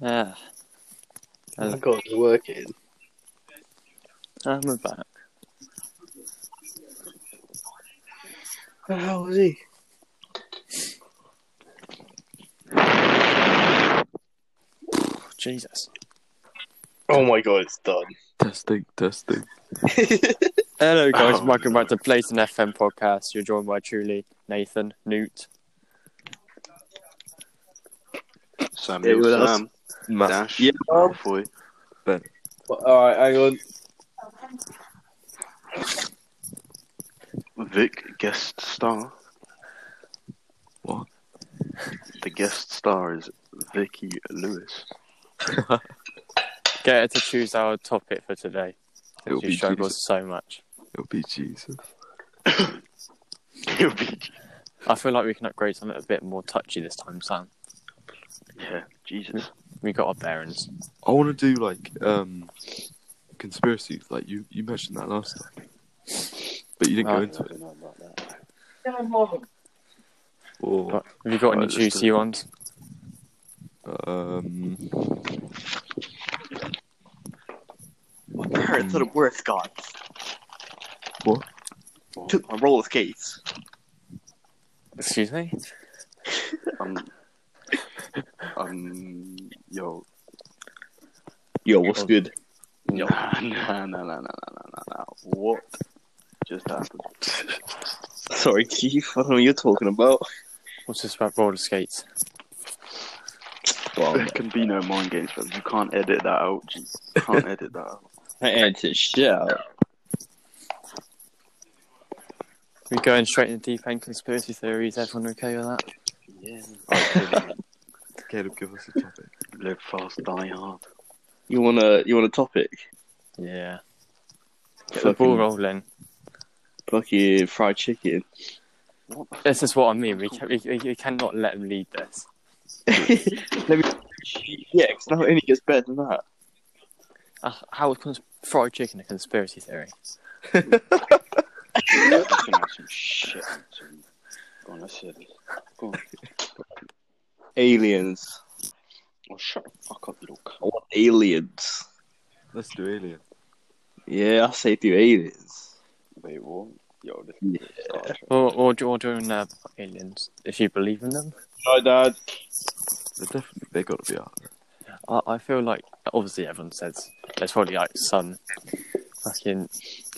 Ah, Oh, God, it's working. I'm back. How was he? Jesus. Oh my God, it's done. Testing, testing. Hello, guys. Oh, Welcome no. back to Place an FM podcast. You're joined by truly Nathan, Newt, Yeah, Samuel well, that's- Sam Matt. Dash Yeah. Malfoy. all right, hang on. Vic guest star. What? The guest star is Vicky Lewis. Get her to choose our topic for today. It'll She be Jesus. struggles so much. It'll be Jesus. It'll be- I feel like we can upgrade something a bit more touchy this time, Sam. yeah, Jesus. We got our bearings. I want to do like um conspiracies. Like you, you mentioned that last time, but you didn't Oh. go into it. Or Right, Have you got any Right, let's do juicy it. ones? um, My Hmm. parents are the worst guys. What? Took my roller skates. Excuse me? Um, um, yo. Yo, what's good? Yo. Nah, nah, nah, nah, nah, nah, nah, nah. What just happened? Sorry, Keith. I don't know what you're talking about. What's this about roller skates? Well, Oh, There can be no mind games, but you can't edit that out. Jesus. Can't edit that out. I edited shit out. We going straight into deep end conspiracy theories. Everyone okay with that? Yeah. Oh, Caleb, give us a topic. live fast, die hard. You wanna, you want a topic? Yeah. Get the Fucking- ball rolling. Fucking fried chicken. What the This is what I mean. We, can, we, we- we cannot let them lead this. Let me. Yeah, because now it only gets better than that. Uh, how is cons- fried chicken a conspiracy theory? That's gonna have some shit on it, too. Go on, let's hear this. Go on. Aliens. Oh, shut the fuck up, you little I want aliens. Let's do alien. Yeah, I say do aliens. cunt. Wait, what? Yo, this Yeah. Star Trek. Or, or, do- or doing uh, aliens, if you believe in them? Hi, Dad. They definitely they got to be out. I, I feel like, obviously, everyone says there's probably like some fucking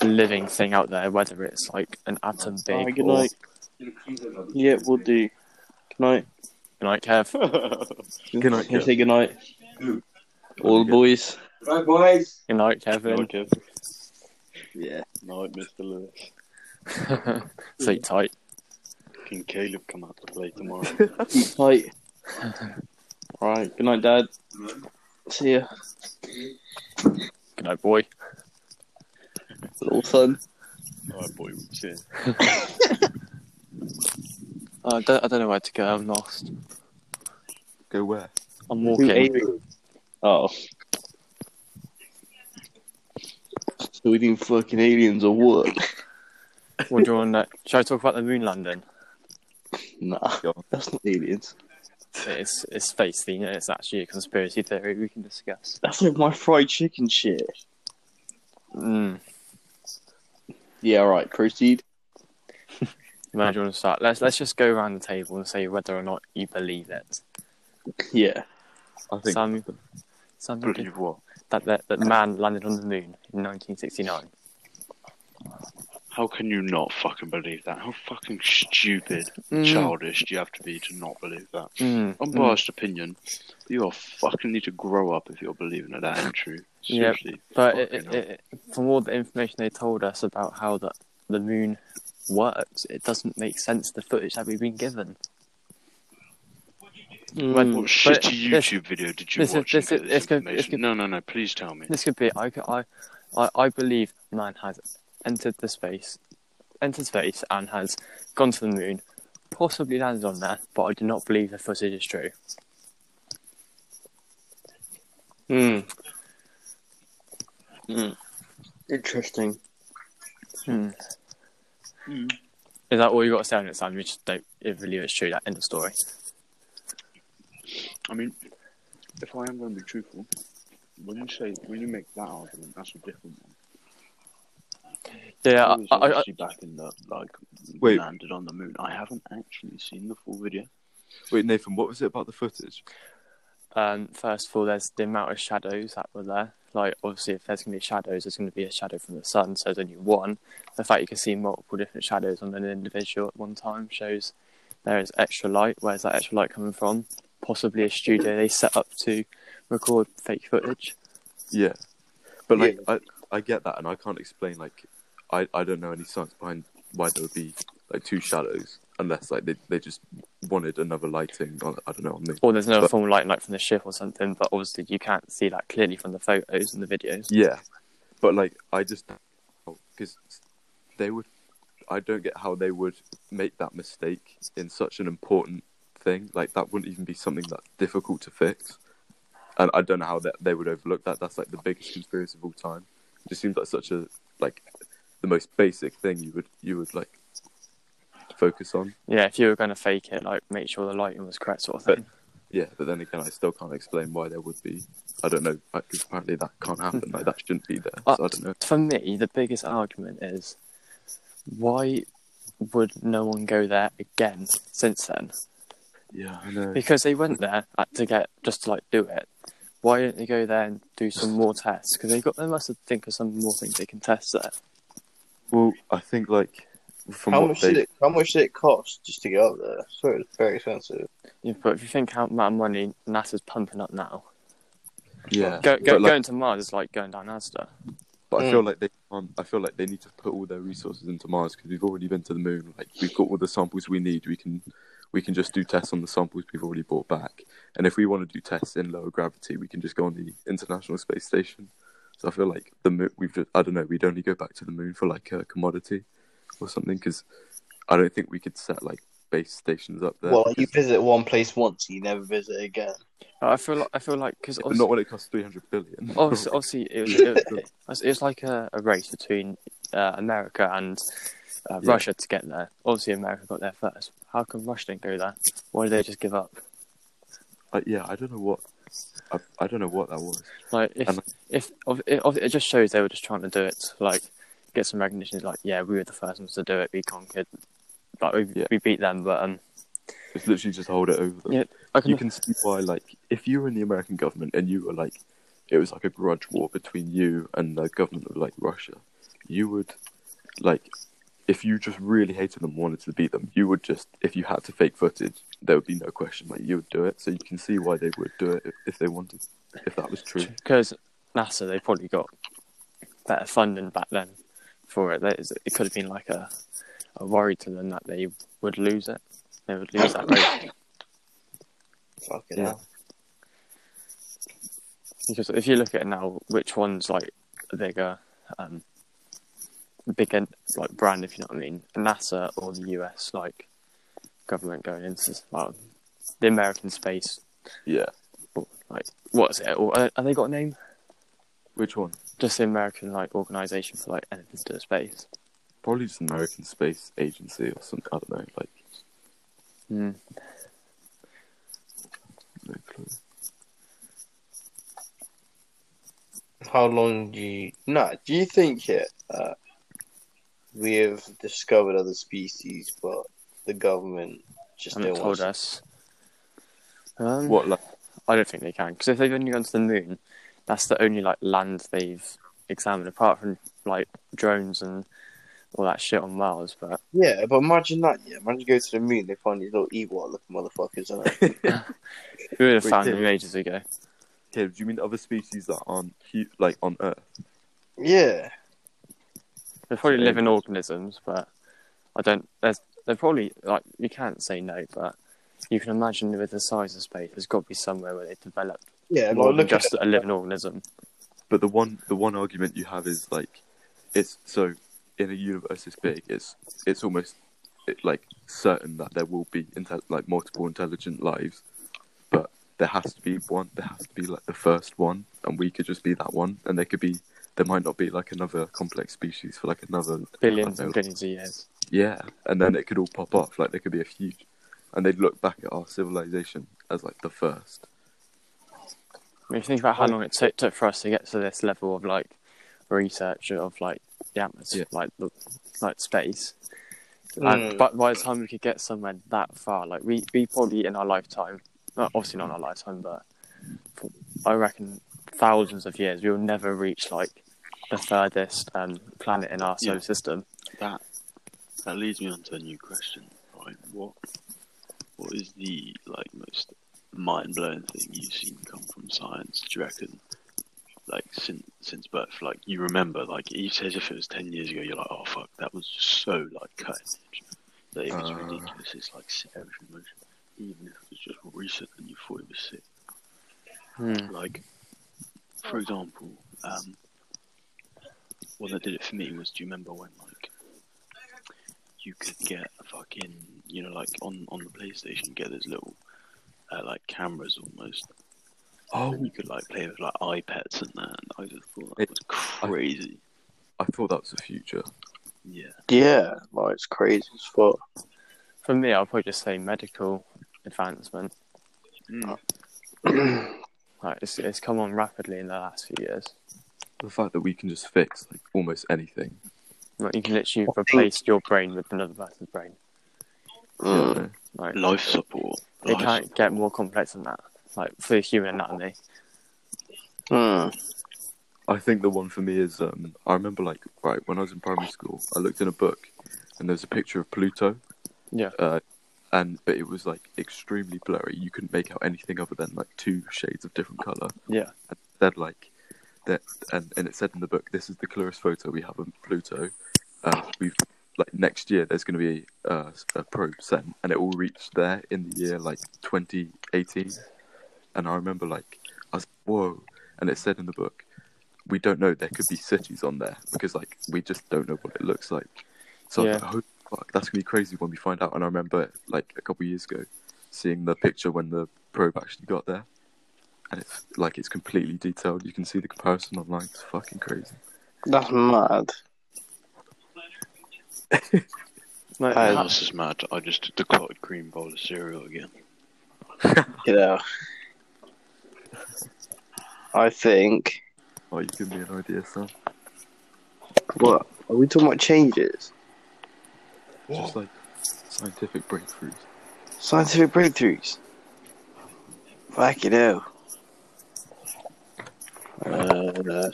living thing out there, whether it's like an atom Bye, big good or. night. Yeah, we'll do. Good night. Good night, Kev. Good night, Can I Kev. say good night? All the boys. Right, boys. Good night, Kevin. Okay. Yeah. Night, Mr. Lewis. Sleep tight. Can Caleb come out to play tomorrow? Keep tight. All right. Good night, Dad. See ya, Good night, boy. little son. Alright, boy, we'll see. I don't, I don't know where to go. I'm lost. Go where? I'm walking. Oh. So we doing fucking aliens or what? What do you want? To... Shall I talk about the moon landing? Nah, Go on. that's not aliens. It's it's space theme. and It's actually a conspiracy theory we can discuss. That's like my fried chicken shit. Mm. Yeah, all right. Proceed. Where do you want to start? Let's let's just go around the table and say whether or not you believe it. Yeah. I think Sam- Something Believe what? that, that that man landed on the moon in 1969. How can you not fucking believe that? How fucking stupid, childish do you have to be to not believe that? Mm. Unbiased opinion, but you are fucking need to grow up if you're believing that that ain't true. Yep. Seriously. But it, it, Fucking it, from all the information they told us about how the the moon works, it doesn't make sense. The footage that we've been given. Mm. What Mm. But shitty this- YouTube video did you this is- watch? and this get is- this it's gonna- it's information? gonna- No, no, no. Please tell me. This could be. I, I, I, I believe man has entered the space, entered space, and has gone to the moon, possibly landed on there. But I do not believe the footage is true. Hmm. Interesting. Hmm. Is that all you got to say on it, Sam? You just don't believe it's true. That end of story. I mean, if I am going to be truthful, when you say when you make that argument, that's a different one. Yeah, was I, I, I, obviously back in the like Wait. landed on the moon. I haven't actually seen the full video. Wait, Nathan, what was it about the footage? um, first of all, there's the amount of shadows that were there. Like, obviously, if there's going to be shadows, there's going to be a shadow from the sun, so there's only one. The fact you can see multiple different shadows on an individual at one time shows there is extra light. Where's that extra light coming from? Possibly a studio they set up to record fake footage. Yeah, but like I, I get that, and I can't explain like I, I don't know any science behind why there would be like two shadows unless like they, they just wanted another lighting. On, I don't know on the Or there's no But- formal light, like from the ship or something, but obviously you can't see that clearly from the photos and the videos. yeah, but like I just because they would I don't get how they would make that mistake in such an important thing. Like that wouldn't even be something that's difficult to fix, and I don't know how that they would overlook that. That's like the biggest conspiracy of all time. It just seems like such a like the most basic thing you would you would like focus on. Yeah, if you were going to fake it, like make sure the lighting was correct, sort of But- thing. Yeah, but then again, I still can't explain why there would be. I don't know because apparently that can't happen. Like that shouldn't be there. Uh, so I don't know. For me, the biggest argument is why would no one go there again since then? Yeah, I know. Because they went there uh, to get just to like do it. Why didn't they go there and do some more tests? Because they got they must have think of some more things they can test there. Well, I think like from How what much, did they it, how much did it cost just to get up there? I swear it was very expensive. Yeah, but if you think how amount of money NASA's pumping up now, yeah, go, go, but, like, going to Mars is like going down Asda. Hmm. but I feel like they can't. I feel like they need to put all their resources into Mars because we've already been to the moon. Like we've got all the samples we need. We can we can just do tests on the samples we've already brought back. And if we want to do tests in lower gravity, we can just go on the International Space Station. So I feel like the moon. We've just, I don't know. We'd only go back to the moon for like a commodity or something because I don't think we could set like base stations up there. Well, you because- visit one place once, you never visit again. Uh, I feel like I feel like because but not when it costs three hundred billion. obviously, obviously it, was, it, it was it was like a, a race between uh, America and uh, Yeah. Russia to get there. Obviously, America got there first. How come Russia didn't go there? Why did they just give up? Uh, yeah, I don't know what I, I don't know what that was. Like if And- if of- it, of- it just shows they were just trying to do it, to, like get some recognition. Like yeah, we were the first ones to do it. We conquered. Like we, Yeah. we beat them, but um, It's literally just hold it over them. Yeah, I you can, can see why, like, if you were in the American government and you were like, it was like a grudge war between you and the government of like Russia, you would like, if you just really hated them, wanted to beat them, you would just, if you had to fake footage, there would be no question, like you would do it. So you can see why they would do it if, if they wanted, if that was true. because NASA they probably got better funding back then for it. That is- It could have been like a, a worry to them that they would lose it. They would lose that race Fucking Yeah. hell. because if you look at it now, which one's like a bigger, um, bigger like brand, if you know what I mean, NASA or the US like government going into well, the American space. Yeah. or, Like what's it? Or are, are they got a name? Which one? Just the American like organization for like anything to do with space. Probably just American Space Agency or something. I don't know. Like, Mm. no clue. How long do you? Nah, do you think it? Uh, we have discovered other species, but the government just haven't don't told want. to- us. Um, What, like, I don't think they can because if they've only gone to the moon, that's the only like land they've examined apart from like drones and all that shit on Mars. But Yeah, but imagine that. Yeah, imagine you go to the moon, they find these little Ewok looking motherfuckers. On it. we would have We found did. them ages ago. okay, do you mean other species that aren't, hu- like, on Earth? yeah, They're probably Yeah. living organisms, but I don't. There's, they're probably like you can't say no, but you can imagine with the size of space, there's got to be somewhere where they develop yeah. more Like, than look at just a living organism. but the one the one argument you have is like it's so in a universe this big it's it's almost it, like certain that there will be inte- like multiple intelligent lives but there has to be one there has to be like the first one and we could just be that one and there could be there might not be like another complex species for like another Billions I and don't know, billions of years. yeah and then it could all pop off like there could be a huge and they'd look back at our civilization as like the first When you think about how long it took, took for us to get to this level of like research of like the atmosphere, like the, like space, and Mm. but by the time we could get somewhere that far, like we we probably in our lifetime, well, obviously not in our lifetime, but for- I reckon thousands of years, we will never reach like the furthest um, planet in our solar Yeah. system. That that leads me on to a new question. Right? What what is the like most mind blowing thing you've seen come from science? Do you reckon? Like since since birth, like you remember, like you say as if it was ten years ago, you're like, oh fuck, that was so like cutting edge. That it was Uh. ridiculous. It's like sick ocean motion. Even if it was just recent and you thought it was sick. Like, for example, um, what that did it for me was, do you remember when like you could get a fucking, you know, like on on the PlayStation, you get those little uh, like cameras almost. Oh, and you could like play with like iPads and that. And I just thought It- that was crazy. I thought that was the future. Yeah, Yeah, like it's crazy as fuck. For me, I'll probably just say medical advancement. Like it's it's come on rapidly in the last few years. The fact that we can just fix like almost anything. Like you can literally replace your brain with another person's brain. you Mm. know? Like life support. it life can't support. get more complex than that. Like for human anatomy. Mm. I think the one for me is um, I remember like right when I was in primary school, I looked in a book, and there was a picture of Pluto, Yeah. uh, and but it was like extremely blurry. You couldn't make out anything other than like two shades of different color. Yeah. And it said like that, and, and it said in the book, this is the clearest photo we have of Pluto. Uh, we've like next year there's going to be uh, a probe sent, and it will reach there in the year like 2018. And I remember like I was whoa, and it said in the book we don't know there could be cities on there because like we just don't know what it looks like. So I was Yeah. like, holy fuck, that's gonna be crazy when we find out. And I remember like a couple years ago seeing the picture when the probe actually got there, and it's like it's completely detailed. You can see the comparison online. It's fucking crazy. That's mad. Like, I- Oh, this is mad. I just the clotted cream bowl of cereal again. Yeah. I think. Oh, you give me an idea, Sam. What? Are we talking about changes? Just like scientific breakthroughs. Scientific breakthroughs? Fuck it hell. Uh,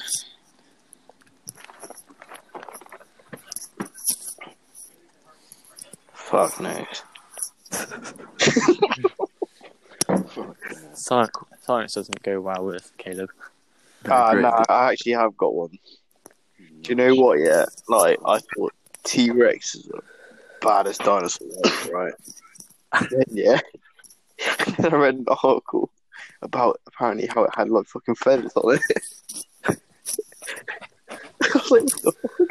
fuck knows. science, science doesn't go well with Caleb. Ah, Great. no, I actually have got one. Do you know what? Yeah, like I thought T Rex is the baddest dinosaur, ever, right? And then, yeah, and I read an article about apparently how it had like fucking feathers on it. I was like,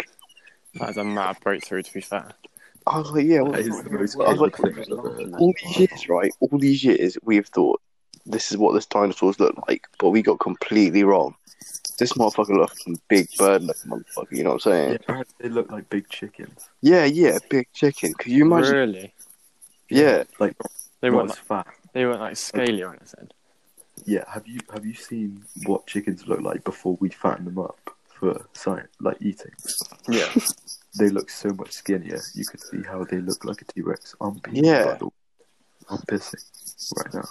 That is a mad breakthrough, to be fair. I was like, yeah, That what, is the most I was Caleb like, thing I've ever heard. all these years, right? All these years, we've thought this is what this dinosaurs look like, but we got completely wrong. This motherfucker looks like a big bird, like motherfucker. You know what I'm saying? Yeah, apparently they look like big chickens. Yeah, yeah, big chicken. Could you imagine? Really? Yeah, Like They not weren't as like, fat. they weren't like scaly or anything. Yeah, have you have you seen what chickens look like before we fatten them up for science, like eating? Yeah. They look so much skinnier. You could see how they look like a T Rex. I'm pissing. Yeah. by the way. I'm pissing right now.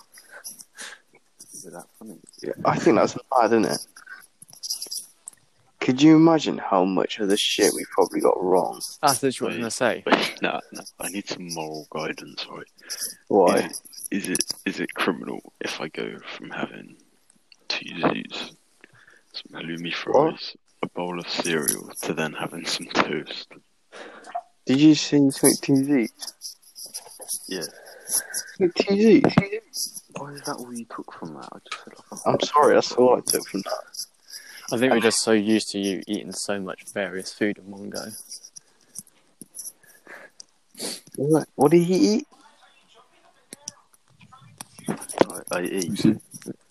Is it that funny? I think that's bad, isn't it? Could you imagine how much of the shit we probably got wrong? That's literally what I was going to say. Wait, no, no, I need some moral guidance, right? Why? Is it is it criminal if I go from having two zoos, some halloumi fries, a bowl of cereal, to then having some toast? Did you see Sonic TZ? Yeah. Sonic TZ? Why is that all you took from that? I just feel I'm sorry, that's all I took from that. I think we're just so used to you eating so much various food in one go. What, what did he eat? like I, I eat You see,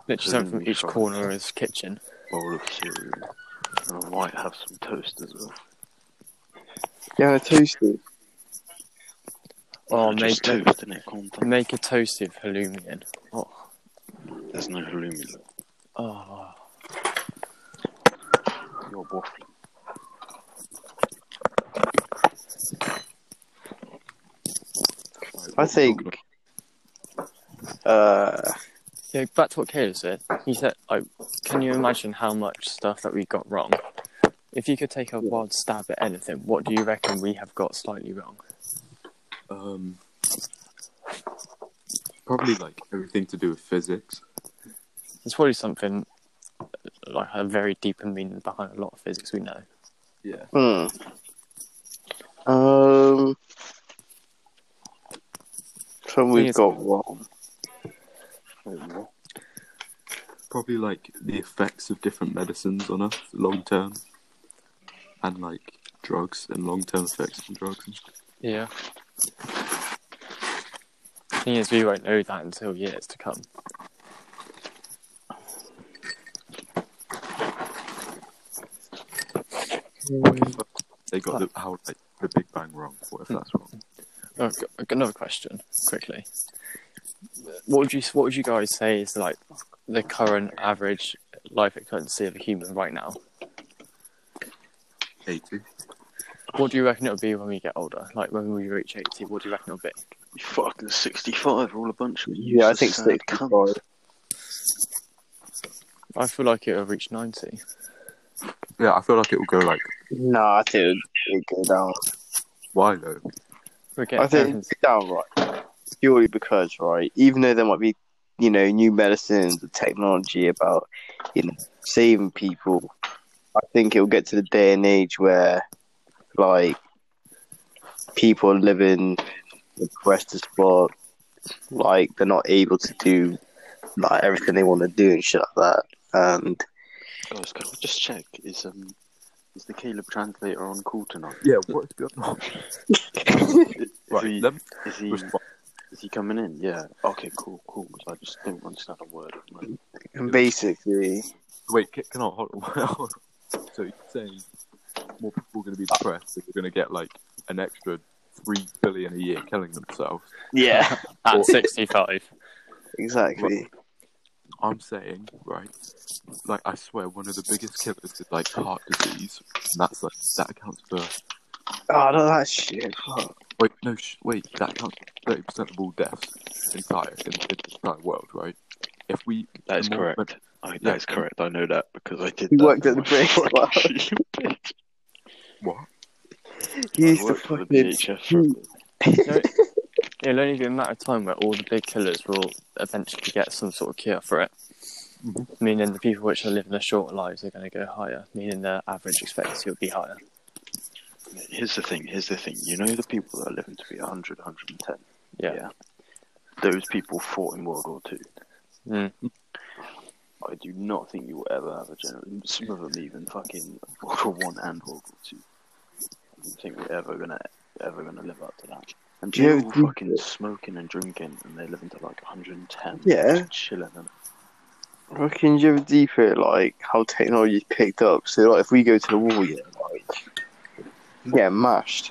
Literally something from each corner of his kitchen. a bowl of cereal, and I might have some toast as well. Yeah, a toasty. Oh, make, just toast in it, make a toasty with halloumi in. Oh, There's no halloumi. Left. Oh, You're waffling. I think. Uh, yeah. Back to what Caleb said. He said, like, "Can you imagine how much stuff that we got wrong? If you could take a wild stab at anything, what do you reckon we have got slightly wrong?" Um, probably like everything to do with physics. It's probably something like a very deeper meaning behind a lot of physics we know. Yeah. hmm. Um. So Thing we've is- got wrong. Wait, what? Probably like the effects of different medicines on us long term, and like drugs and long term effects from drugs. And stuff. Yeah. Thing is, we won't know that until years to come. They got the, how like the Big Bang wrong. What if that's wrong? Oh, I've got- I've got another question, quickly. What would you What would you guys say is like the current average life expectancy of a human right now? Eighty. What do you reckon it'll be when we get older? Like when we reach eighty, what do you reckon it'll be? You fucking 65 are all a bunch of you. Yeah, I think sad sixty-five. cunts. I feel like it'll reach ninety. Yeah, I feel like it will go like No, I think it would go down. why though? We're getting I think it's downright purely because, right, even though there might be, you know, new medicines and technology about, you know, saving people, I think it'll get to the day and age where, like, people are living depressed as fuck, like they're not able to do like everything they want to do and shit like that. And Guys, can I just check? Is um, is the Caleb translator on call tonight? Yeah, what's going on? Is Right, he, let me is he, respond. is he coming in? Yeah. Okay, cool, cool. 'cause I just don't understand a word. of it. basically, Wait, ca- can I hold on? hold on. so you're saying more people are going to be depressed if we're going to get like an extra three billion a year killing themselves? yeah, at sixty-five. exactly. I'm saying, right? Like, I swear, one of the biggest killers is like heart disease, and that's like that accounts for. Oh, no, that shit. fuck. Wait, no, sh- wait, that accounts for thirty percent of all deaths entire in, in the entire world, right? If we That is the more- correct. I, Yeah. that is correct. I know that because I did. He that worked for at the my British fucking- What? He I used to worked for the fucking BHF for a bit. It'll only be a matter of time where all the big killers will eventually get some sort of cure for it. Mm-hmm. Mhm. Meaning the people which are living the short lives are going to go higher, meaning the average expectancy will be higher. Here's the thing. Here's the thing. You know the people that are living to be 100, 110. Yeah. Yeah. Those people fought in World War Two. Mm. I do not think you will ever have a general. Some of them even fucking World War One and World War Two. I don't think we're ever gonna ever gonna live up to that. And Yeah, people we- fucking smoking and drinking, and they're living to like 110. Yeah. just chilling. And... Reckon you ever deeper like how technology's picked up? So like if we go to the wall, yeah, like yeah, mashed.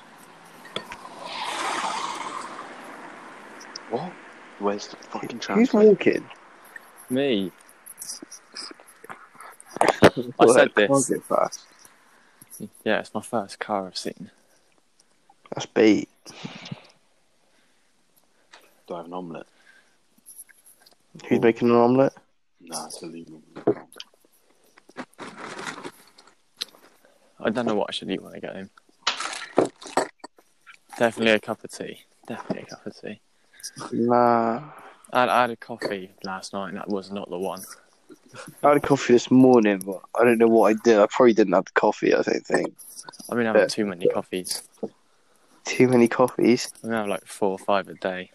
What? Where's the fucking Who's translator? walking? Me. I said this. Walking fast. Yeah, it's my first car I've seen. That's bait. Do I have an omelette? Who's making an omelette? Nah, it's illegal. I don't know what I should eat when I get home. Definitely a cup of tea. Definitely a cup of tea. Nah. I, I had a coffee last night, and that was not the one. I had coffee this morning, but I don't know what I did. I probably didn't have the coffee. I don't think I've been Yeah. having too many coffees. too many coffees. I've been having like four or five a day.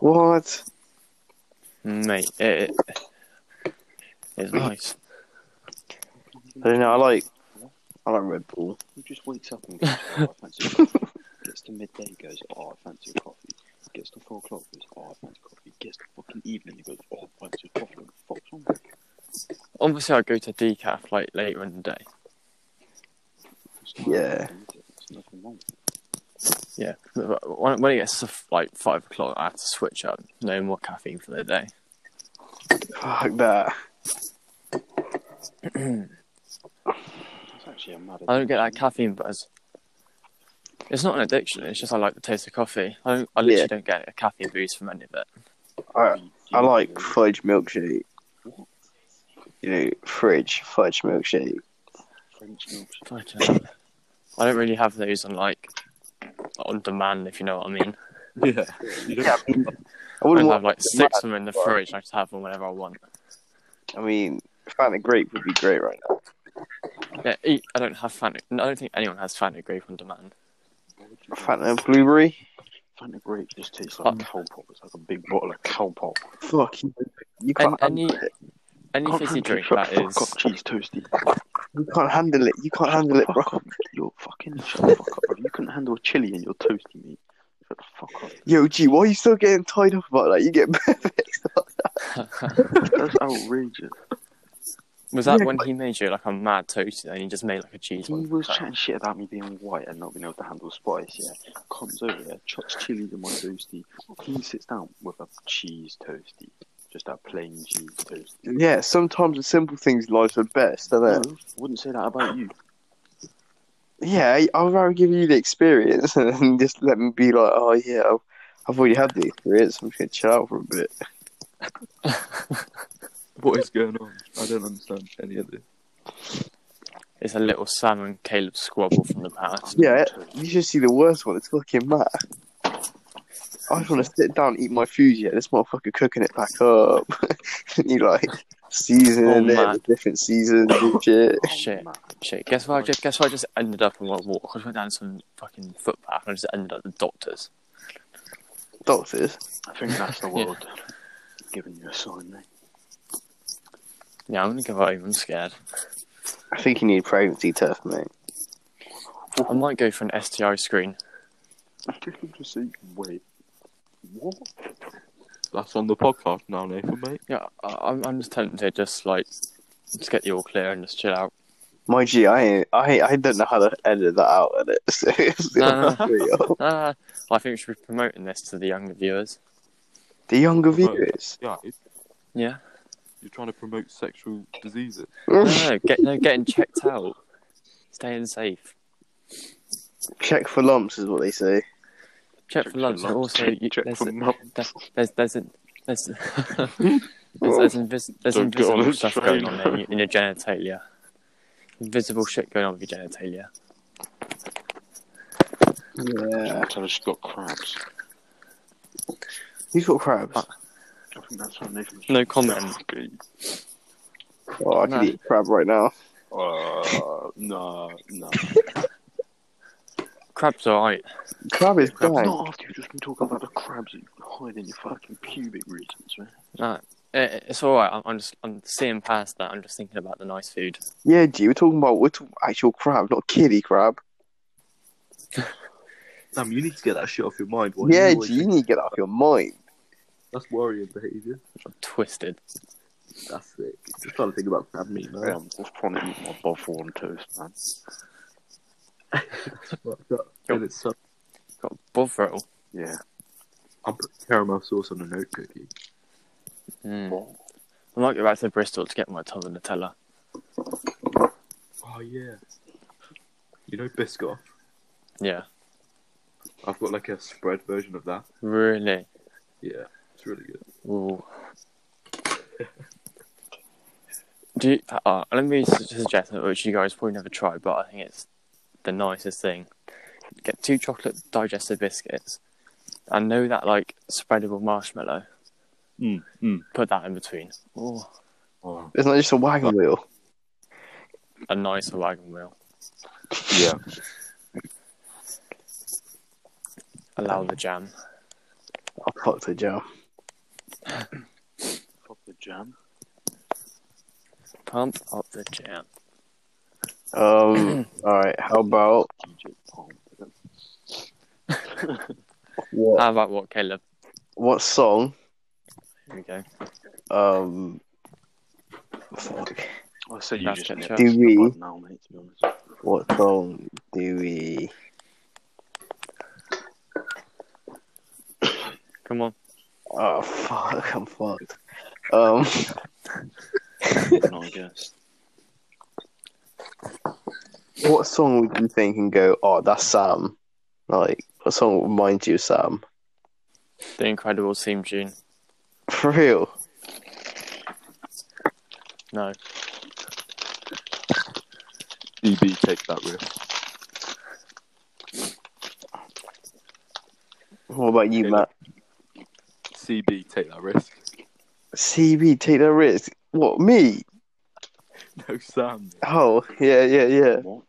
What? Mate, it, it, it's nice. I don't know. I like I like Red Bull. He just wakes up and goes, oh, I fancy a coffee. Gets to midday, he goes, oh, I fancy a coffee. Gets to four o'clock, he goes, oh, I fancy a coffee. Gets to fucking evening, he goes, oh, I fancy a coffee. What the fuck's wrong with you? Obviously, I go to decaf like later in the day. It's not Yeah. wrong with it. There's nothing wrong with it. Yeah, but when, when it gets to like five o'clock, I have to switch up. No more caffeine for the day. Fuck that. That's actually a mad. I don't get that caffeine buzz. It's not an addiction. It's just I like the taste of coffee. I don't, I literally Yeah. don't get a caffeine boost from any of it. I, You- I you- like fudge milkshake. You know, fridge fudge milkshake. French milkshake. Fucking hell. I don't really have those on like on demand, if you know what I mean. Yeah. Yeah, I, mean, I I wouldn't don't want. have like six of them in the fridge. and I just have them whenever I want. I mean, Fanta grape would be great right now. Yeah, eat, I don't have Fanta. no, I don't think anyone has Fanta grape on demand. Why would you want- Fanta blueberry. Fanta grape just tastes like cow pop. It's like a big bottle of cow pop. Fuck you. You And can't any handle it. any Can't fizzy handle it. drink Shut that the fuck is up, cheese toasty. You can't handle it. You can't handle it, bro. You're fucking shut the fuck up. bro. You couldn't handle a chili and your toasty meat. Shut the fuck up. Yo, G, why are you still getting tied up about that? You get perfect. That's outrageous. was that Yeah, when he made you like a mad toasty and he just made like a cheese He one? was chatting shit about me being white and not being able to handle spice. Yeah, comes over there, chucks chili in my toasty. He sits down with a cheese toasty, just a plain cheese toasty. Yeah, sometimes the simple things in life are best, don't No, wouldn't say that about you. they? Yeah, I'd rather give you the experience and just let me be like, oh yeah, I've- I've already had the experience. I'm just gonna chill out for a bit. What is going on? I don't understand any of this. It's a little Sam and Caleb squabble from the past. Yeah, you should see the worst one. It's fucking mad. I just want to sit down, and eat my food. Yeah, this motherfucker cooking it back up. you like seasoning Oh, it man. with different seasons and shit. Oh, Shit. Shit, guess what? I just, guess what? I just ended up in what walk. I just went down some fucking footpath and I just ended up at the doctor's. Doctors. I think that's the Yeah. world giving you a sign, mate. Yeah, I'm gonna go home. I'm scared. I think you need pregnancy test, mate. I might go for an STI screen. just say, wait, what? That's on the podcast now, Nathan, mate. Yeah, I, I'm, I'm just tempted, just like, just get the all clear and just chill out. My G, I ain't, I ain't- I don't know how to edit that out of it. So it's No. real. Ah, I think we should be promoting this to the younger viewers. The younger viewers. Yeah, it, Yeah, you're trying to promote sexual diseases. no, no, Ah, get no getting checked out, staying safe. Check for lumps is what they say. Check for lunch. And also, you, check there's, for mum. there's there's there's a, there's there's, there's, invis- there's Don't get on invisible the stuff train. going on in, your- in your genitalia. Invisible shit going on with your genitalia. Yeah. I just got crabs. He's got crabs. I think that's what Nathan's No comment. Okay. Oh, I could No. eat a crab right now. Uh, no, no. Crabs are alright. Crab is Crab's dying. Not after you've just been talking about the crabs that you can hide in your fucking pubic regions, man. No, it, it's alright. I'm, I'm just I'm seeing past that. I'm just thinking about the nice food. Yeah, G, we're talking about we're talking about actual crab, not kiddie crab. Sam, you need to get that shit off your mind. yeah, G, you need to get that off your mind. That's worrying behaviour. I'm twisted. That's sick. Just trying to think about crab meat, Yeah. I'm just trying to eat my buffalo on toast, man. And it's so... Got bovril. Yeah. I'm putting caramel sauce on a note cookie. Mm. What? I might go back to Bristol to get my ton of Nutella. Oh, yeah. You know Biscoff? Yeah, I've got like a spread version of that. really. Yeah, it's really good. Ooh. Do you, uh, let me su- suggest something which you guys probably never tried, but I think it's the nicest thing. Get two chocolate digestive biscuits, and know that like spreadable marshmallow. Mm, mm. Put that in between. Ooh, Oh, It's not just a wagon wheel. a nice wagon wheel. yeah. Allow the jam. Oh, fuck the jam. Fuck the jam. Pump up the jam. Um, alright, how about DJ Palm. what, How about what, Caleb? what song? Here we go. Um, fuck. I said you That's just good, nicked sure. Do we- the button now, mate, to be honest. What song do we? Come on. Oh fuck! I'm fucked. Um, Good night, I guess. what song would you think and go, oh, that's Sam? Like, what song would remind you of Sam? The Incredible theme tune. For real? No. DB, take that riff. What about you, Yeah. Matt? CB, take that risk. CB, take that risk. What, me? No, Sam. Oh, yeah, yeah, yeah. What?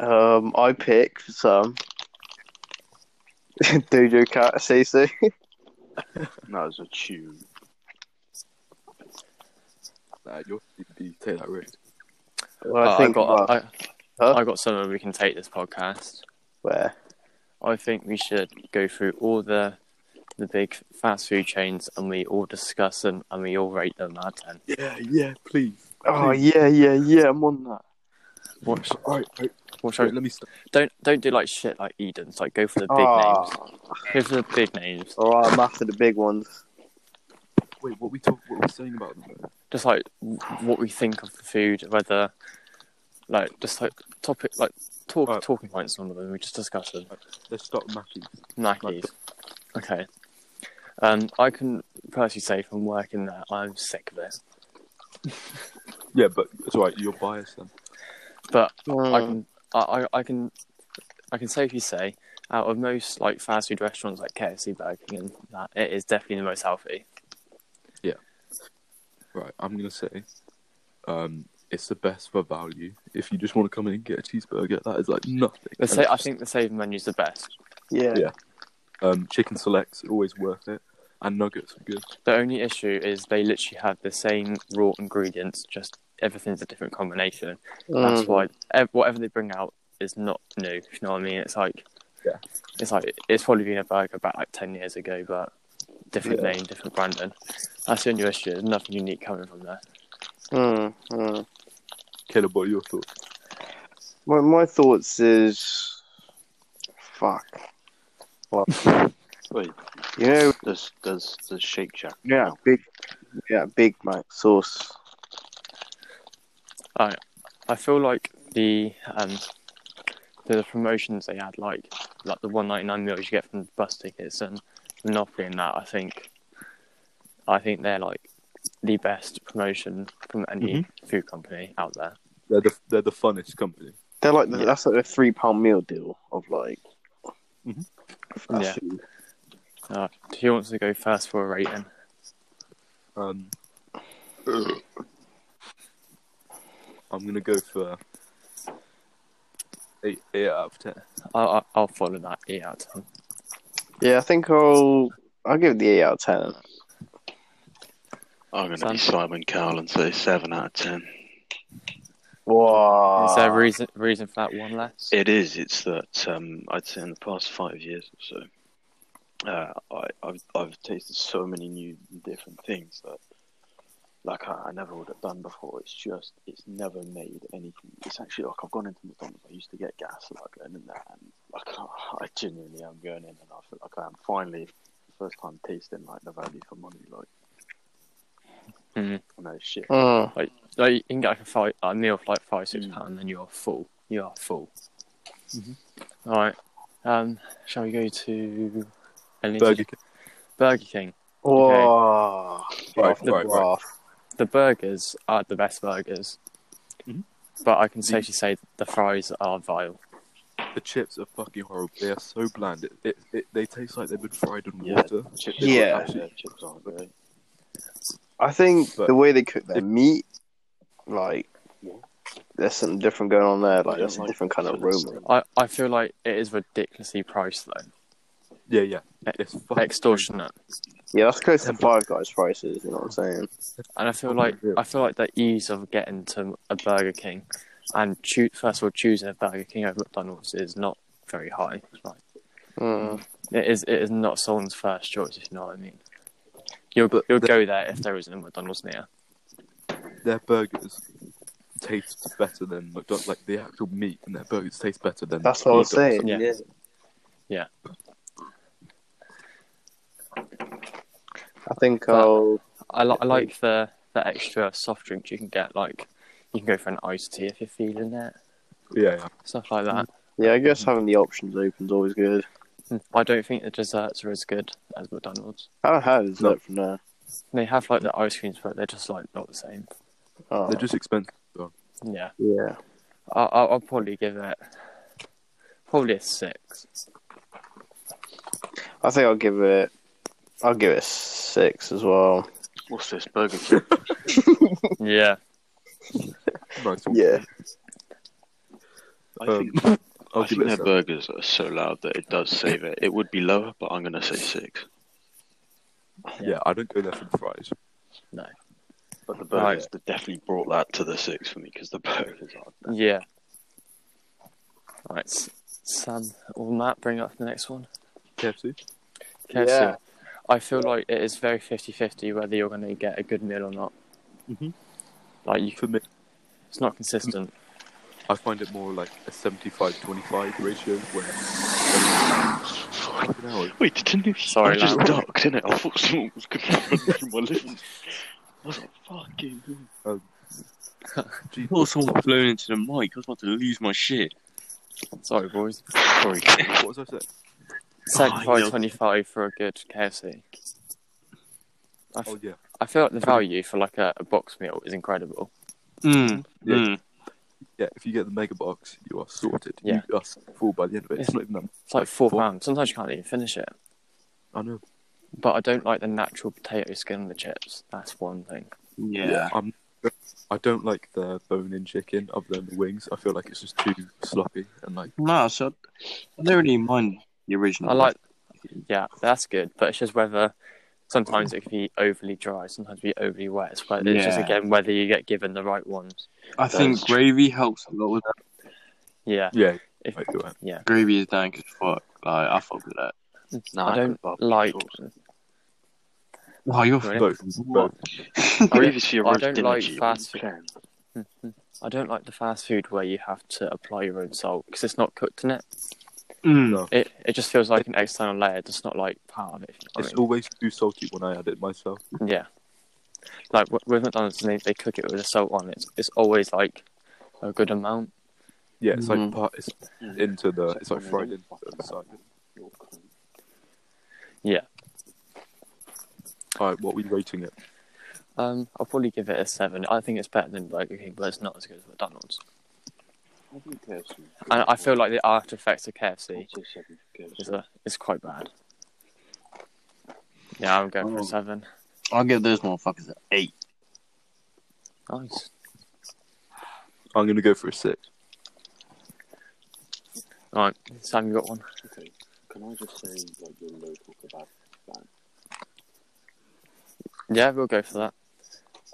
Um, I pick for Sam. Dojo Cat, say so. That was a tune. Nah, you're CB, take that risk. Well, I Uh, think got, about I, Huh? I got somewhere we can take this podcast. where. I think we should go through all the the big fast food chains and we all discuss them and we all rate them out of ten. Yeah, yeah, please. Oh, yeah, yeah, yeah, I'm on that. Watch, All right, wait, watch wait, out. let me stop. Don't don't do like shit like Eden's. Like go for the big Ah. names. Go for the big names. All right, I'm after the big ones. Wait, what we talk, what we saying about them? Just like w- what we think of the food, whether like just like topic like talk Right. talking points on them. We just discuss them. Let's start with Matthews. Nikes. Okay. Um, I can personally say from working there, I'm sick of it. Yeah, but it's all right. You're biased then. But I Hmm. Mm. can, I, I I can, I can safely say, out of most like fast food restaurants like KFC, Burger King, and that, it is definitely the most healthy. Right, I'm gonna say, um, it's the best for value. If you just want to come in and get a cheeseburger, that is like nothing. The And sa- I it's- think the saving menu's the best. Yeah. Yeah. um, chicken selects always worth it, and nuggets are good. The only issue is they literally have the same raw ingredients, just everything's a different combination. That's Mm. Hmm. why ev- whatever they bring out is not new. if You know what I mean? It's like, Yeah. it's like it's probably been a burger back like ten years ago, but different Yeah. name, different branding. That's the only issue. There's nothing unique coming from there. Mm, mm. Caleb, what are your thoughts? My my thoughts is, fuck. Wait, You know, there's there's there's Shake Shack. yeah, big, yeah, Big Mac sauce. I feel like the um the promotions they had, like like the one ninety nine meals you get from the bus tickets and Monopoly and that. I think, I think they're like the best promotion from any food company out there. They're the they're the funnest company. They're like the, Yeah. that's like a three pound meal deal of like. Mhm. fast Mm-hmm. Yeah. food. Uh, who wants to go first for a rating? Um, I'm gonna go for eight eight out of ten. I'll, I'll- I'll follow that eight out of ten. yeah. I think I'll I'll give it the eight out of ten. I'm gonna be Sam? Simon Cowell and say seven out of ten. Wow. Is there a reason reason for that one less? It is. It's that um, I'd say in the past five years or so, uh, I, I've I've tasted so many new different things that like I, I never would have done before. It's just it's never made anything. It's actually like I've gone into McDonald's. I used to get gas and like going in there, and like I genuinely am going in, and I feel like I am finally the first time tasting like the value for money. Like Mhm. no shit. Mm, Like you can get like a, five, a meal for like five six Mm. pound, and then you're full. You are full. All right. Um, shall we go to any- Burger King. Burger King? wow. Right, Wow. right, right. The burgers are the best burgers, Mhm. but I can safely say the fries are vile. The chips are fucking horrible. They are so bland. It, it, it they taste like they've been fried in Yeah. water. Chips Yeah. aren't there, chips aren't great. I think But- the way they cook their meat, like, there's something different going on there. Like, You that's don't a like different kind of chips. aroma. I, I feel like it is ridiculously priced though, Yeah, yeah. It's fucking extortionate, Yeah, that's close to Five Guys prices. You know what I'm saying? and I feel like I feel like the ease of getting to a Burger King, and choo- first of all choosing a Burger King over McDonald's is not very high. Like, Mm. It is. It is not someone's first choice, if you know what I mean. You'll But you'll the- go there if there isn't a McDonald's near. Their burgers taste better than McDonald's. Like the actual meat in their burgers taste better than. That's what I was McDonald's. saying. Yeah. yeah. I think But- I'll. I, li- I like the the extra soft drinks you can get. Like you can go for an iced tea if you're feeling it. Yeah, yeah. stuff like that. Yeah, I guess having the options open is always good. I don't think the desserts are as good as McDonald's. How hard is that from there? They have like the ice creams, but they're just like not the same. Oh, They're just expensive. though. Yeah, yeah. I- I'll, I'll probably give it probably a six. I think I'll give it. I'll give it a six as well. What's this Burger King? yeah, Nice one. Yeah. I Um, think, I'll I give think it a their seven. burgers are so loud that it does save it. It would be lower, but I'm gonna say six. Yeah, I don't go there for the fries. But the burgers they definitely brought that to the six for me because the burgers are. yeah. All right, S- Sam or Matt, bring up the next one. KFC? KFC. Yeah. I feel like it is very 50-50 whether you're going to get a good meal or not. Mm-hmm. Mhm. Like you, For me, it's not consistent. I find it more like a 75-25 ratio where... Fucking hell, Wait, didn't you? Sorry, I just Lam. ducked in it. I thought someone was gonna run through my lips. I was like, fucking. Jesus. someone blown into the mic. I was about to lose my shit. Sorry, boys. Sorry. What was I saying? Sacrifice know. twenty-five for a good KFC. I, f- Oh, yeah. I feel like the value for like a, a box meal is incredible. Mm, Yeah. Yeah, if you get the mega box, you are sorted. Yeah. You are full by the end of it. It's Yeah. not even that It's like four What? pounds. Sometimes you can't even finish it. I know. But I don't like the natural potato skin on the chips. That's one thing. Yeah. I'm, I don't like the bone-in chicken other than the wings. I feel like it's just too sloppy and like No, so I don't really mind the original. I Mm. like, yeah, that's good. But it's just whether sometimes it can be overly dry, sometimes be overly wet. It's, whether, it's just Yeah. again whether you get given the right ones. I think those. gravy helps a lot with that. Yeah, yeah. If- like, you're right. yeah. Gravy is dank as fuck. Like I fuck with that. Nah, I don't could like. Oh, you're Really? both, both. Previous for your I roast don't dinner, like G, what fast are you food. playing? I don't like the fast food where you have to apply your own salt because it's not cooked in it. Hmm. Mm. No. It it just feels like an external layer. It's not like part of it. if you know It's what always too salty when I add it myself. I mean. yeah. Like w- with McDonald's, they, they cook it with the salt on. It's it's always like a good amount. Yeah, it's Mhm. like part. It's into the. It's like fried into the side. Yeah. All right, what are we rating it? Um, I'll probably give it a seven. I think it's better than Burger King, but it's not as good as McDonald's. And I feel like the after effects of KFC is a, is quite bad. Yeah, I'm going for a Oh. seven. I'll give those motherfuckers an eight. Nice. I'm gonna go for a six. All right, Sam, you got one. Okay. Can I just say, like, your local kebab stand? Yeah, we'll go for that.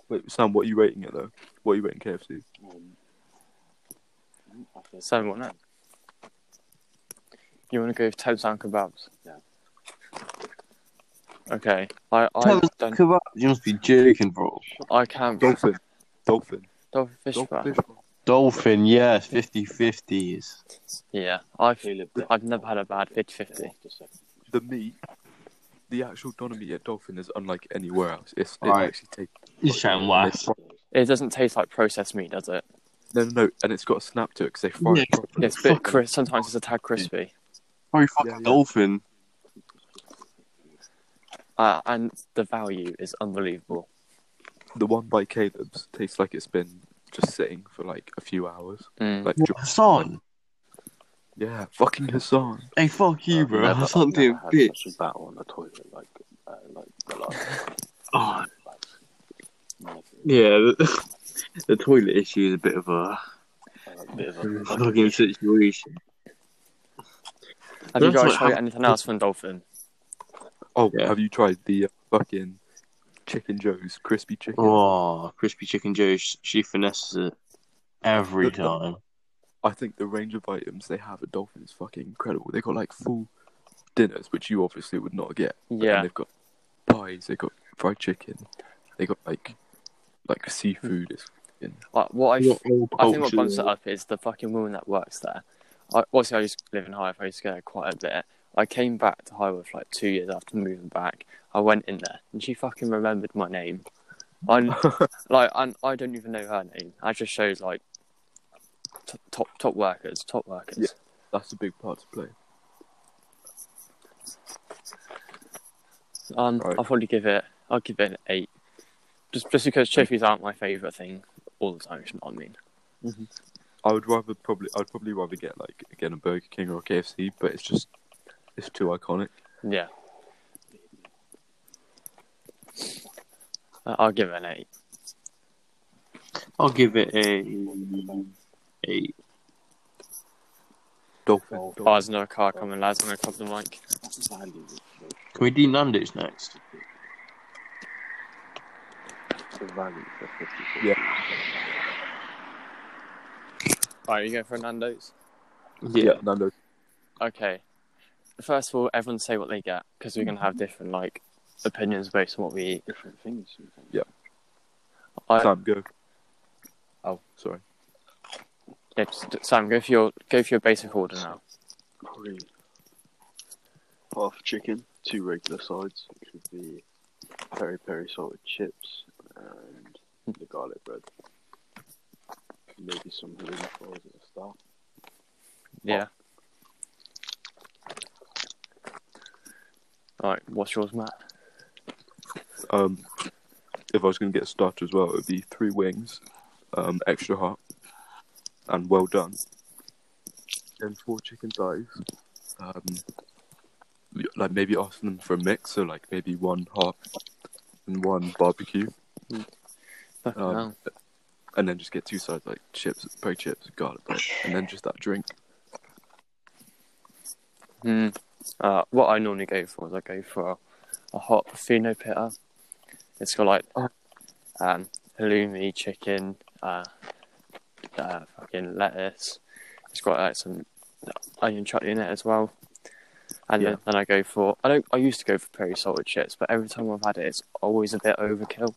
Wait, Sam, what are you rating it though? What are you rating KFC? Um, I said- Seven, wasn't it? You want to go with ten sound kebabs? Yeah. Okay. I I Ten sound don't, Kebab, you must be joking, bro. I can't. Dolphin. Dolphin. Dolphin fish fry. Dolphin. Dolphin, yes, 50 is. Yeah. I've Caleb, I've never had a bad 50-50. The meat. The actual doner meat at Dolphin is unlike anywhere else. It's it Alright. actually tastes. You sound last. It doesn't taste like processed meat, does it? No, no, no, and it's got a snap to it because they fry it Yeah. properly. It's a bit crisp. Sometimes it's a tad crispy. Oh, you fucking Yeah, yeah. dolphin. Uh, and the value is unbelievable. The one by Caleb's tastes like it's been just sitting for like a few hours. Mm. Like, dr- Hassan. yeah, fucking Hassan. Hey, fuck you, bro. Hassan did a bitch. That on the toilet, like, uh, like the last. Oh, like, never. yeah. The, the toilet issue is a bit of a Like, a Uh, bit of a- fucking situation. Have you That's guys what tried happened. anything else from Dolphin? Oh, Yeah. have you tried the uh, fucking Chicken Joe's crispy chicken? Oh, crispy chicken Joe, sh- she finesses it every Look, look. time. I think the range of items they have at Dolphin is fucking incredible. They got like full dinners, which you obviously would not get. But then Yeah. they've got pies. They got fried chicken. They got like like seafood. It's Like, what I I think what Culture. bumps it up is the fucking woman that works there. I, obviously, I used to live in Highworth. I used to go there quite a bit. I came back to Highworth like two years after moving back. I went in there and she fucking remembered my name. I like I, I don't even know her name. That just shows like t- top top workers, top workers. Yeah. That's a big part to play. Um, Right. I'll probably give it. I'll give it an eight, just just because trophies aren't my favourite thing all the time. if You know what I mean? I would rather probably I'd probably rather get like again a Burger King or a KFC, but it's just it's too iconic. Yeah. Uh, I'll give it an eight. I'll give it a eight. Dolphin. Oh, there's another car coming, lads. I'm gonna cover the mic. Can we do Nando's next? All right, you going for Nando's? Yeah, Nando's. Okay. First of all, everyone say what they get because we're gonna have different like opinions based on what we eat. Different things. I, Sam, go. Oh, sorry. yeah, just- Sam, go for your go for your basic order now. Probably half chicken, two regular sides, which would be peri peri salted chips and the garlic bread. Maybe some halloumi fries at the start. Yeah. All right. What's yours, Matt? Um, if I was going to get a starter as well, it would be three wings, um, extra hot, and well done. Then four chicken thighs. Um, like maybe asking them for a mix, so like maybe one hot and one barbecue, Fucking Um, hell. and then just get two sides like chips, pro chips, garlic bread, and then just that drink. Hmm. Uh, what I normally go for is I go for a, a hot fino pitta. It's got like um, halloumi, chicken, uh, uh, fucking lettuce. It's got like some onion chutney in it as well. And Yeah. then, then I go for I don't I used to go for peri salted chips, but every time I've had it, it's always a bit overkill.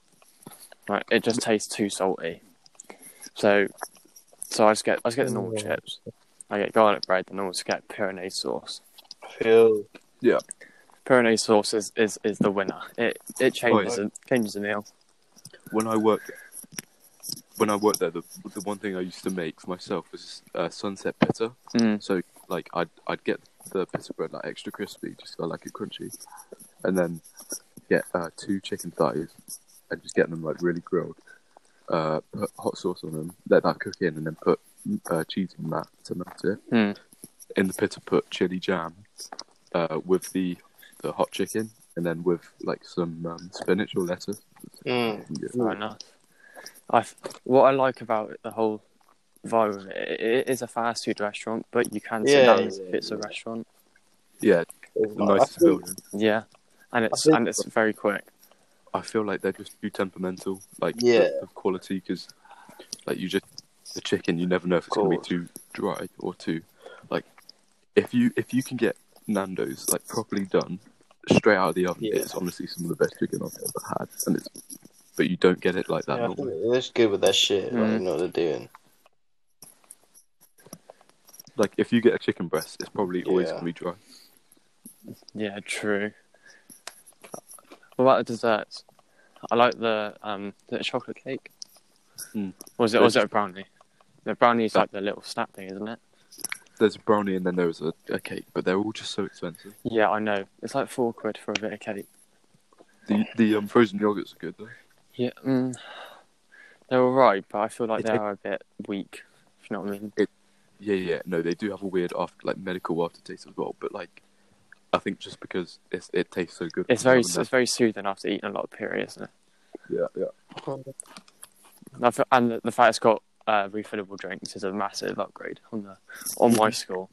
Like it just tastes too salty. So, so I just get I just get the normal chips. I get garlic bread, then I also get Pyrenees sauce. Phil. Pyrenees sauce is, is, is the winner. It it changes Oh, the, changes the meal. when I worked when I worked there, the the one thing I used to make for myself was uh, sunset pizza. Mm. So like I'd I'd get the pizza bread like extra crispy, just so I like it crunchy, and then get uh, two chicken thighs and just get them like really grilled. Uh, put hot sauce on them, let that cook in, and then put uh, cheese on that to melt it. Mm. In the pizza, put chili jam uh, with the the hot chicken, and then with like some um, spinach or lettuce. Mm. Fair enough. I f- what I like about it, the whole vibe of it, it is a fast food restaurant, but you can sit Yeah, down as yeah, if it's a yeah. restaurant. Yeah, It's like- the I nicest think- building. Yeah, and it's think- and it's very quick. I feel like they're just too temperamental, like Yeah. the, the quality, because like you just the chicken, you never know if it's going to be Course. too dry or too like if you if you can get Nando's like properly done straight out of the oven, Yeah. it's honestly some of the best chicken I've ever had, and it's but you don't get it like that. Yeah, I normally. think That's good with that shit. Like, Mm. you know what they're doing. Like if you get a chicken breast, it's probably always Yeah. going to be dry. Yeah, true. What about the desserts? I like the um the chocolate cake. Mm. Was it was it a brownie? The brownie's That- like the little snap thing, isn't it? There's a brownie and then there is a, a cake, but they're all just so expensive. Yeah, I know. It's like four quid for a bit of cake. The the um, frozen yogurts are good though. Yeah, mm, they're all right, but I feel like It's- they are a bit weak. If you know what I mean? Yeah, yeah, no, they do have a weird after like medical aftertaste as well, but like I think just because it's it tastes so good. It's very Yeah, it's very soothing after eating a lot of puree, isn't it? yeah, yeah. And, I feel, and the, the fact it's got uh, refillable drinks is a massive upgrade on the on Mm. my school.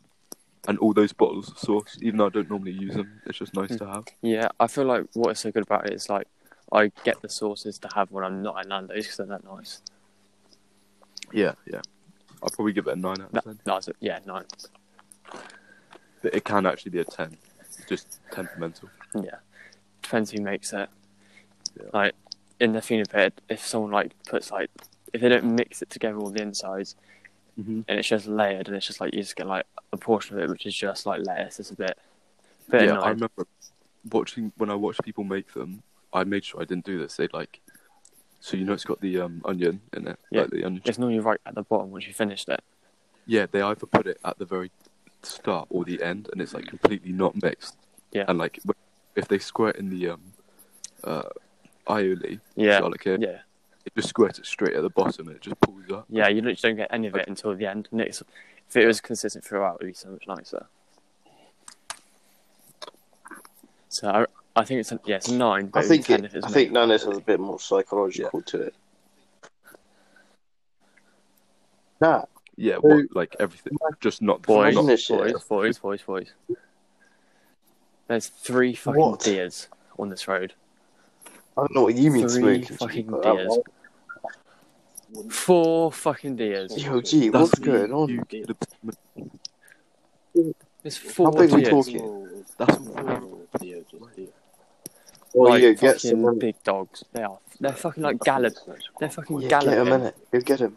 And all those bottles of sauce, even though I don't normally use them, it's just nice Hmm. to have. Yeah, I feel like what is so good about it is like I get the sauces to have when I'm not at Nando's because they're that nice. Yeah, yeah. I'll probably give it a nine out No, of ten. no, it's- yeah, nine. But it can actually be a ten. It's just temperamental. Yeah, depends who makes it. Yeah. Like in the pheno pit, if someone like puts like if they don't mix it together all the insides, Mhm. and it's just layered, and it's just like you just get like a portion of it which is just like lettuce. It's a bit, bit yeah, I annoying. remember watching when I watched people make them, I made sure I didn't do this. They'd like so you know it's got the um onion in it. Yeah. Like the onion It's normally right at the bottom once you finished it. yeah, they either put it at the very start or the end, and it's like completely not mixed. Yeah. And like, w- if they squirt in the um, uh, aioli, Yeah. Charlotte Kid, Yeah, it just squirts it straight at the bottom, and it just pulls up. yeah. You literally don't get any of it until the end. And it's, if it was consistent throughout, it'd be so much nicer. So I, I think it's a, yeah, it's a nine. I But think ten it, if it's I made think Nando's has properly. a bit more psychological to it. Nah, Yeah, what, like everything, just not the Boys, not- Imagine this boys, shit. boys, boys, boys. There's three fucking What? deers on this road. I don't know what you mean Three smoking. fucking but that deers. Four fucking deers. one- Yo, G, That's what's me, going on? you get a- There's How four big are we deers. talking? That's Well, like, you get fucking some. innit? big dogs. They are. They're fucking like gallop. They're fucking Yeah, get him galloping. in it. Go get him.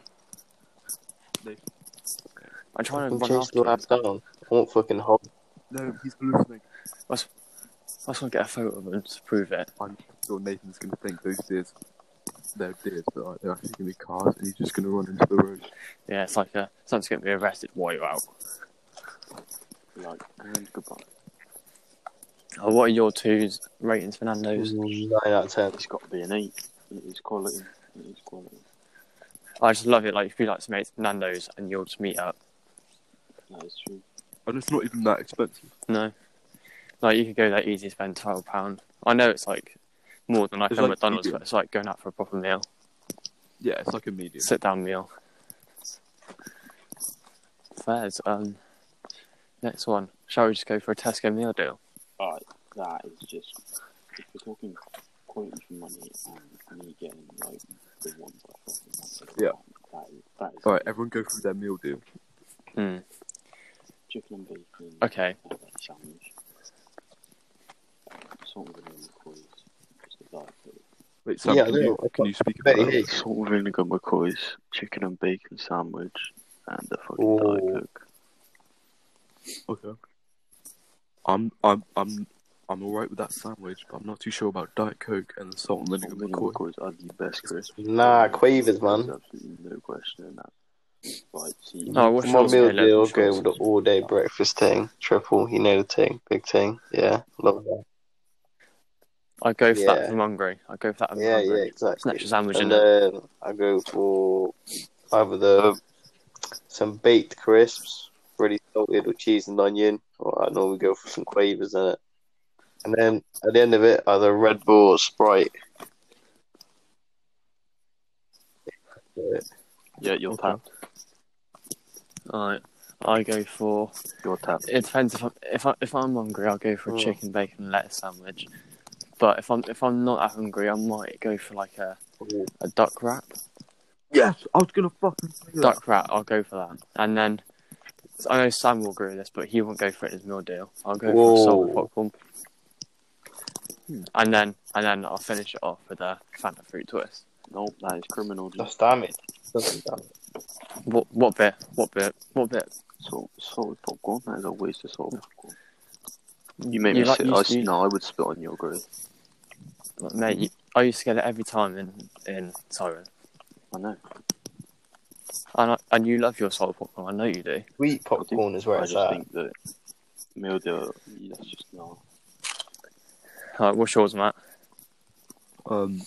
I'm trying to Fucking run Chase after the them. lad down. I won't fucking hold. no, he's hallucinating. I just want to get a photo of them to prove it. I'm sure Nathan's gonna think those deers, they're deers, but like, they're actually gonna be cars, and he's just gonna run into the road. Yeah, it's like a someone's gonna be arrested while you're out. Like, and goodbye. Oh, what are your two's ratings, Fernando's? Mm. Nine out of ten. It's got to be an eight. It is quality. It is quality. I just love it. Like if you like to make Nando's and you'll just meet up. That is true. And it's not even that expensive. No, like you could go there easy, spend twelve pound. I know it's like more than like It's a like McDonald's, medium. but it's like going out for a proper meal, Yeah, it's like a medium. sit down meal. There's um, next one. Shall we just go for a Tesco meal deal? Alright, that is just. If we're talking quality for money and me getting like the one for fucking money, Yeah. That is, that is All right, everyone go through their meal deal. Hmm. chicken and bacon. Okay. uh, sandwich. Salt and vinegar McCoys. Just a diet coke. Wait, Sam, Yeah, can, I you, know. can you speak about Hey, that? hey. Salt and vinegar McCoys, chicken and bacon sandwich, and a fucking Ooh. diet coke. Okay. I'm, I'm, I'm, I'm all right with that sandwich, but I'm not too sure about Diet Coke and the salt and Salt vinegar and vinegar McCoy. McCoys are the best crisps. Nah, Quavers, There's man. absolutely no question in that. Right, see, No, Oh, what's My yours? Caleb? Mm-hmm. meal deal What's go yours? with the all day breakfast thing. Triple, you know the thing. Big thing. Yeah, love that. I go for that Yeah. if I'm hungry. I go for that if I'm Yeah, hungry. yeah, It's an exactly. extra sandwich in And there. then I go for either the some baked crisps, really salted with cheese and onion, or I normally go for some quavers in it. And then at the end of it, either Red Bull or Sprite. yeah, you're Okay. tapped. uh, Alright. I go for. You're tapped. It depends if I'm if I if I'm hungry, I'll go for a Mm. chicken bacon and lettuce sandwich. But if I'm if I'm not that hungry, I might go for like a, Mm. a duck wrap. Yes, I was gonna fucking say that. Duck wrap. I'll go for that. And then I know Sam will agree with this, but he won't go for it in his meal deal. I'll go for a salted Whoa. popcorn. And then and then I'll finish it off with a Fanta fruit twist. Nope, that is criminal. Just That's damage. That's damage. What what bit? What bit? What bit? salt, salted popcorn. That is a waste of salted popcorn. You made me like- sit. you- I, you- no, I would spit on your grill. Like, mate, you- I used to get it every time in in Siren. I know. And I, and you love your salted popcorn. I know you do. Sweet popcorn is where I it's just at. think that meal deal. That's just no. Alright, what's yours, Matt? Um,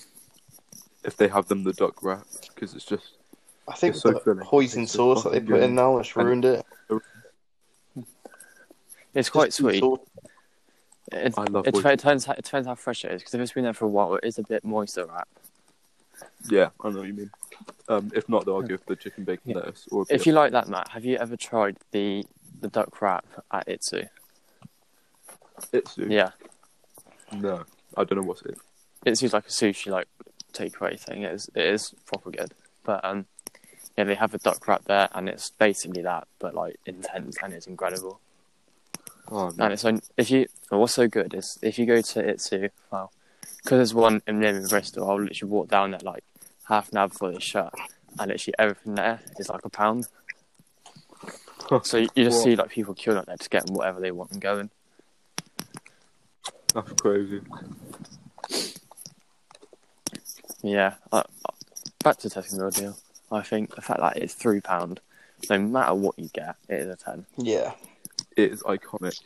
if they have them, the duck wrap, because it's just I think It's so the filling. hoisin It's so sauce that they fucking put in good. now has ruined it. It's quite Just sweet. sauce. It, I love it, what- dep- it depends. How, it depends how fresh it is. Because if it's been there for a while, it is a bit moister wrap. yeah, I know what you mean. Um, if not, though, I'll go for the chicken bacon Yeah. lettuce. Or If you like that, Matt, have you ever tried the the duck wrap at Itsu? it's Yeah, no, I don't know what's it. Itsu's like a sushi like takeaway thing. It is it is proper good. But um, yeah, they have a duck wrap there, and it's basically that, but like intense, and it's incredible. Oh, no. And it's on, if you well, what's so good is if you go to Itsu, well, because there's one in Lim in Bristol, I'll literally walk down there like half an hour before they shut, and literally everything there is like a pound. so you, you just What? see like people queuing up there just getting whatever they want and going. That's crazy. uh, Yeah, I, I- back to Tesco Mill deal. I think the fact that it's three pound No matter what you get, it is a ten. Yeah. It is iconic.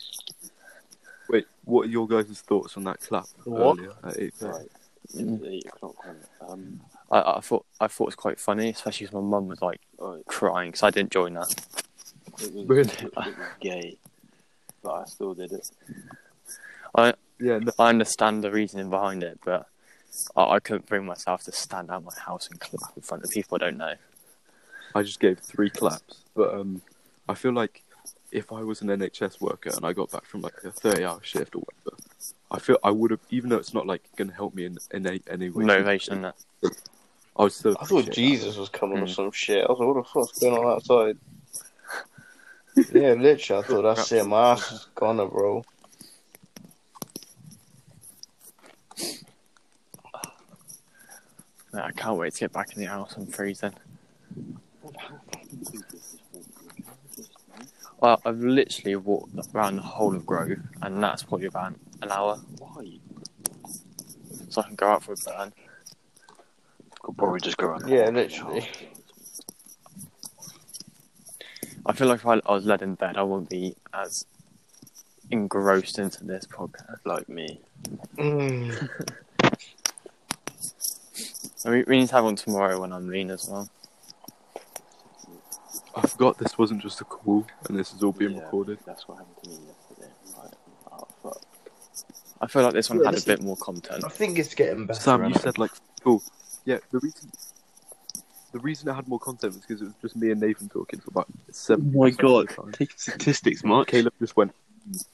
Wait, what are your guys' thoughts on that clap What? earlier at 8 Right. Mm. It's eight o'clock. wasn't it? Um, I, I thought I thought it was quite funny, especially because my mum was like oh, crying because I didn't join that. it was, Really? it was gay, but I still did it. Yeah, no, I understand the reasoning behind it, but I, I couldn't bring myself to stand out my house and clap in front of people I don't know. I just gave three claps. But um, I feel like if I was an NHS worker and I got back from like a 30 hour shift or whatever, I feel I would have, even though it's not like going to help me in, in any, any way, Motivation that I would still. I thought appreciate that. Jesus was coming or Hmm. some shit. I was like, what the fuck's going on outside? yeah, literally, I thought that's it. My ass is gone, bro. Mate, I can't wait to get back in the house. I'm freezing. Well, I've literally walked around the whole of Grove, and that's probably about an hour, Why? so I can go out for a burn. Could probably just go around. Yeah, literally. I feel like if I, I was led in bed, I wouldn't be as engrossed into this podcast. Like me. Mm. I mean, we need to have one tomorrow when I'm lean as well. I forgot this wasn't just a call and this is all being Yeah, recorded. That's what happened to me yesterday. Like, oh, fuck. I feel like this one Yeah, had a this bit more content. I think it's getting better. Sam, you innit? said like, oh, yeah. The reason, the reason I had more content was because it was just me and Nathan talking for about seven. Oh my percent of god, the time. take statistics, Mark. Caleb just went. "Mm."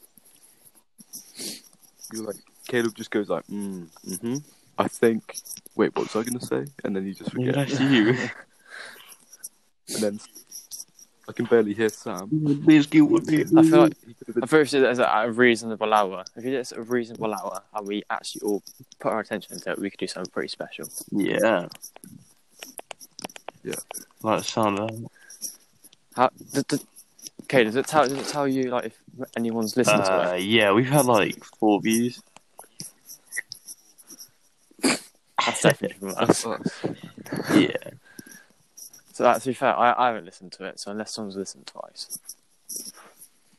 You're like Caleb just goes like, mm, mm-hmm. I think. Wait, what was I gonna say? And then you just forget. that's you. And then I can barely hear Sam. Please give one to I feel like He could have been I feel if it's at a reasonable hour, if it's at a reasonable hour, and we actually all put our attention into it, we could do something pretty special. Yeah. Yeah. Like the sound of that. How, d d okay, does it tell? Does it tell you like if anyone's listened Uh, to it? yeah, we've had like four views. That's definitely from us. us. Yeah. So that, to be fair, I, I haven't listened to it. So unless someone's listened twice,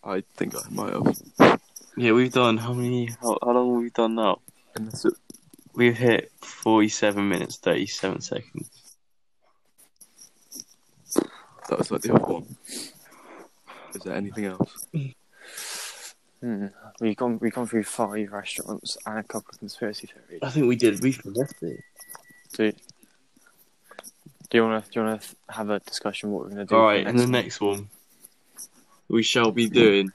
I think I might have. Yeah, we've done how many? How, how long have we done now? Unless it, We've hit 47 minutes, 37 seconds. that was like the other one. Is there anything else? hmm. we've gone we've gone through five restaurants and a couple of conspiracy theories. I think we did. We forgot it. Do, do you want to do you want to have a discussion what we're going to do? All for right, and the one? next one we shall be doing.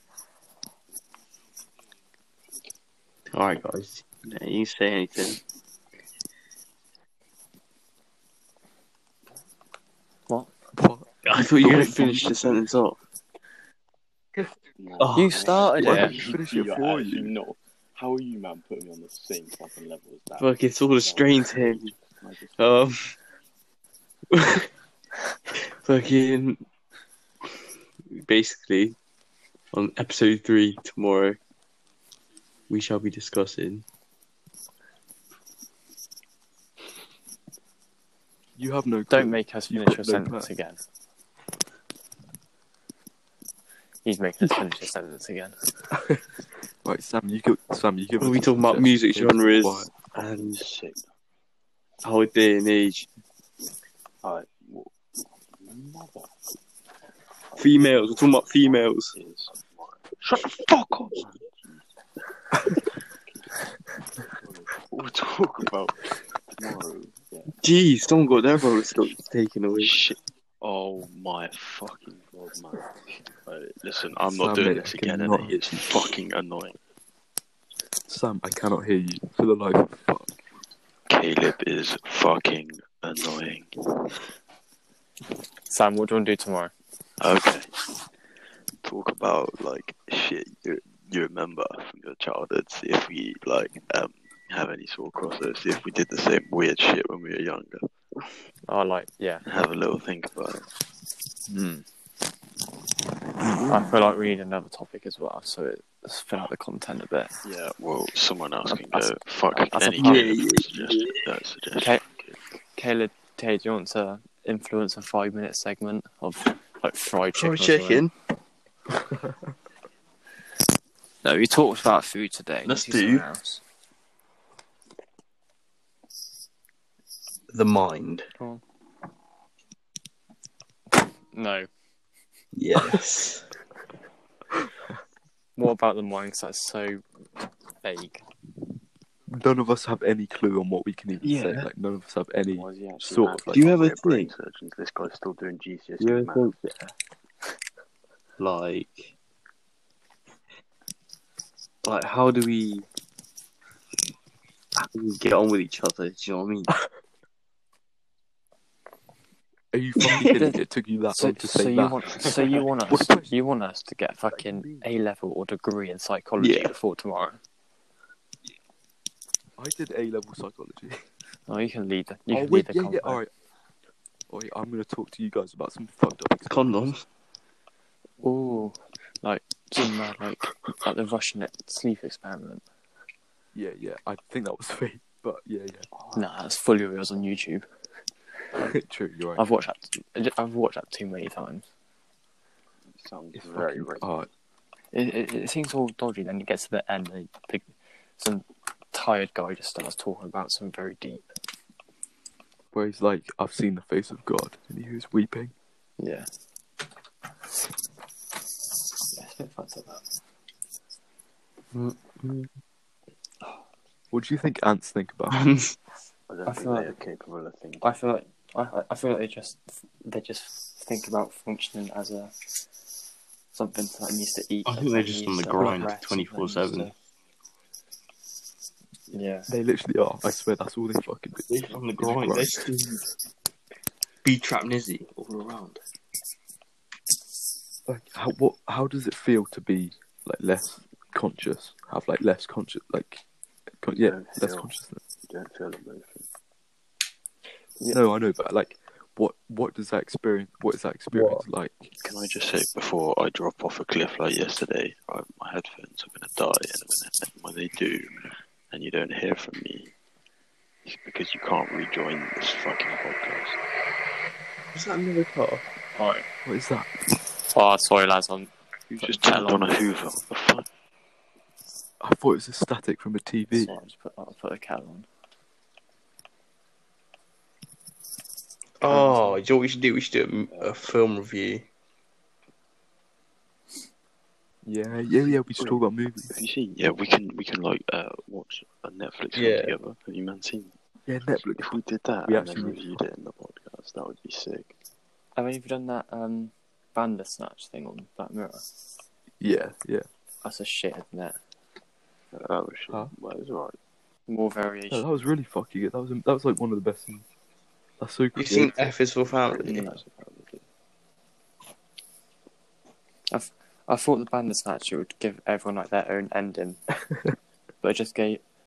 All right, guys. Yeah, you can say anything. What? I thought you were gonna finish the sentence off. No. Oh, You started Why it. don't you finish it are for actually you? Not. How are you, man, putting me on the same fucking level as that? Fuck, it's all a strain to him. Um. fucking. Basically, on episode three tomorrow, we shall be discussing. You have no. Don't clue. make us You've finish your got no sentence again. He's making us finish your sentence again. Right, Sam, you give Sam, you give. We'll us be a talking about suggestion. music genres Why? and Sick. our day and age. Alright. well, Mother Females, we're talking about females. is. Shut the fuck up, man. we'll talk about tomorrow. Yeah. Jeez, someone got their roller skates taken away. Shit. Oh my fucking god, man. Right, listen, I'm not Sam, doing mate, this I again, cannot. and it's fucking annoying. Sam, I cannot hear you for the life of fuck. Caleb is fucking annoying. Sam, what do you want to do tomorrow? Okay. Talk about like shit you, you remember from your childhood. See if we like um have any sort of crossover. See if we did the same weird shit when we were younger. Oh, like, yeah. Have a little think about it. I feel like we need another topic as well, so it, let's fill out the content a bit. Yeah. Well, someone else can That's- go. Fuck. that's a any plan. Caleb suggested that suggestion. Okay. Caleb, Tay, do you want to influence a five minute segment of like fried chicken. Fried or something. chicken. No, we talked about food today. Let's do do- something else. The mind. No. Yes. What about the minds? That's so vague. None of us have any clue on what we can even say. Yeah. Like none of us have any Was he actually sort mad? of like. Do you ever We're brain think? surgeons. This guy's still doing GCSE Yeah, I math. think- like, like how do we, how do we get on with each other? Do you know what I mean? Are you fucking kidding? me? It took you that So, long to so say you that. want so you want us you want us to get fucking A level or degree in psychology Yeah. before tomorrow? I did A level psychology. No, you can lead the you oh, can wait, lead the yeah, convo. yeah, all right. Oh, yeah, I'm gonna talk to you guys about some fucked up. experiences. Condoms. Ooh, like some mad like like the Russian sleep experiment. Yeah, yeah. I think that was fake, but yeah, Oh. Nah, that's fully real. It's on YouTube. yeah. True, you're right. I've watched that. I've watched that too many times. Sounds It's very fucking racist. art. It, it, it seems all dodgy. Then it gets to the end, and the, some tired guy just starts talking about something very deep. Where he's like, I've seen the face of God, and he was weeping. Yeah. Yeah, it's a bit fucked up. that. What do you think ants think about? I I don't think feel they like- are capable of thinking. I feel like I, I feel like they just they just think about functioning as a something that needs to eat. I think they're just on the grind 24/7. Yeah. they literally are. I swear, that's all they fucking do. They're on the grind, grind. they're They're still be trap nizzy all around. Like, how what? How does it feel to be like less conscious? Have like less conscious? Like, con- yeah, don't less feel. consciousness. You don't feel emotion. No, I know, but like, what? What does that experience? What is that experience like? Can I just say before I drop off a cliff like yesterday, I, my headphones are going to die in a minute. And when they do, and you don't hear from me, it's because you can't rejoin this fucking podcast. Is that another car? Alright. What is that? Oh, sorry, lads. I'm You just turned on a Hoover. What the fuck? I thought it was a static from a TV. sorry, I'll just put, I'll put the kettle on. Oh, do you know what we should do? We should do a, a film review. Yeah, yeah, yeah. We just talk about movies. Have you seen? Yeah, we can we can like uh, watch a Netflix film Yeah. together. Have you man seen? it? Yeah, Netflix. If we did that We and then actually- reviewed it in the podcast, that would be sick. Have you ever done that um, Bandersnatch thing on Black Mirror? Yeah, yeah. That's a shit, isn't it? That was Oh, shit. Huh? Well, it was alright. More No, variation. that was really fucking good. That was that was like one of the best things. That's so You've creative. seen F is for Family. Yeah. I thought the Bandersnatch would give everyone like their own ending, but it just gave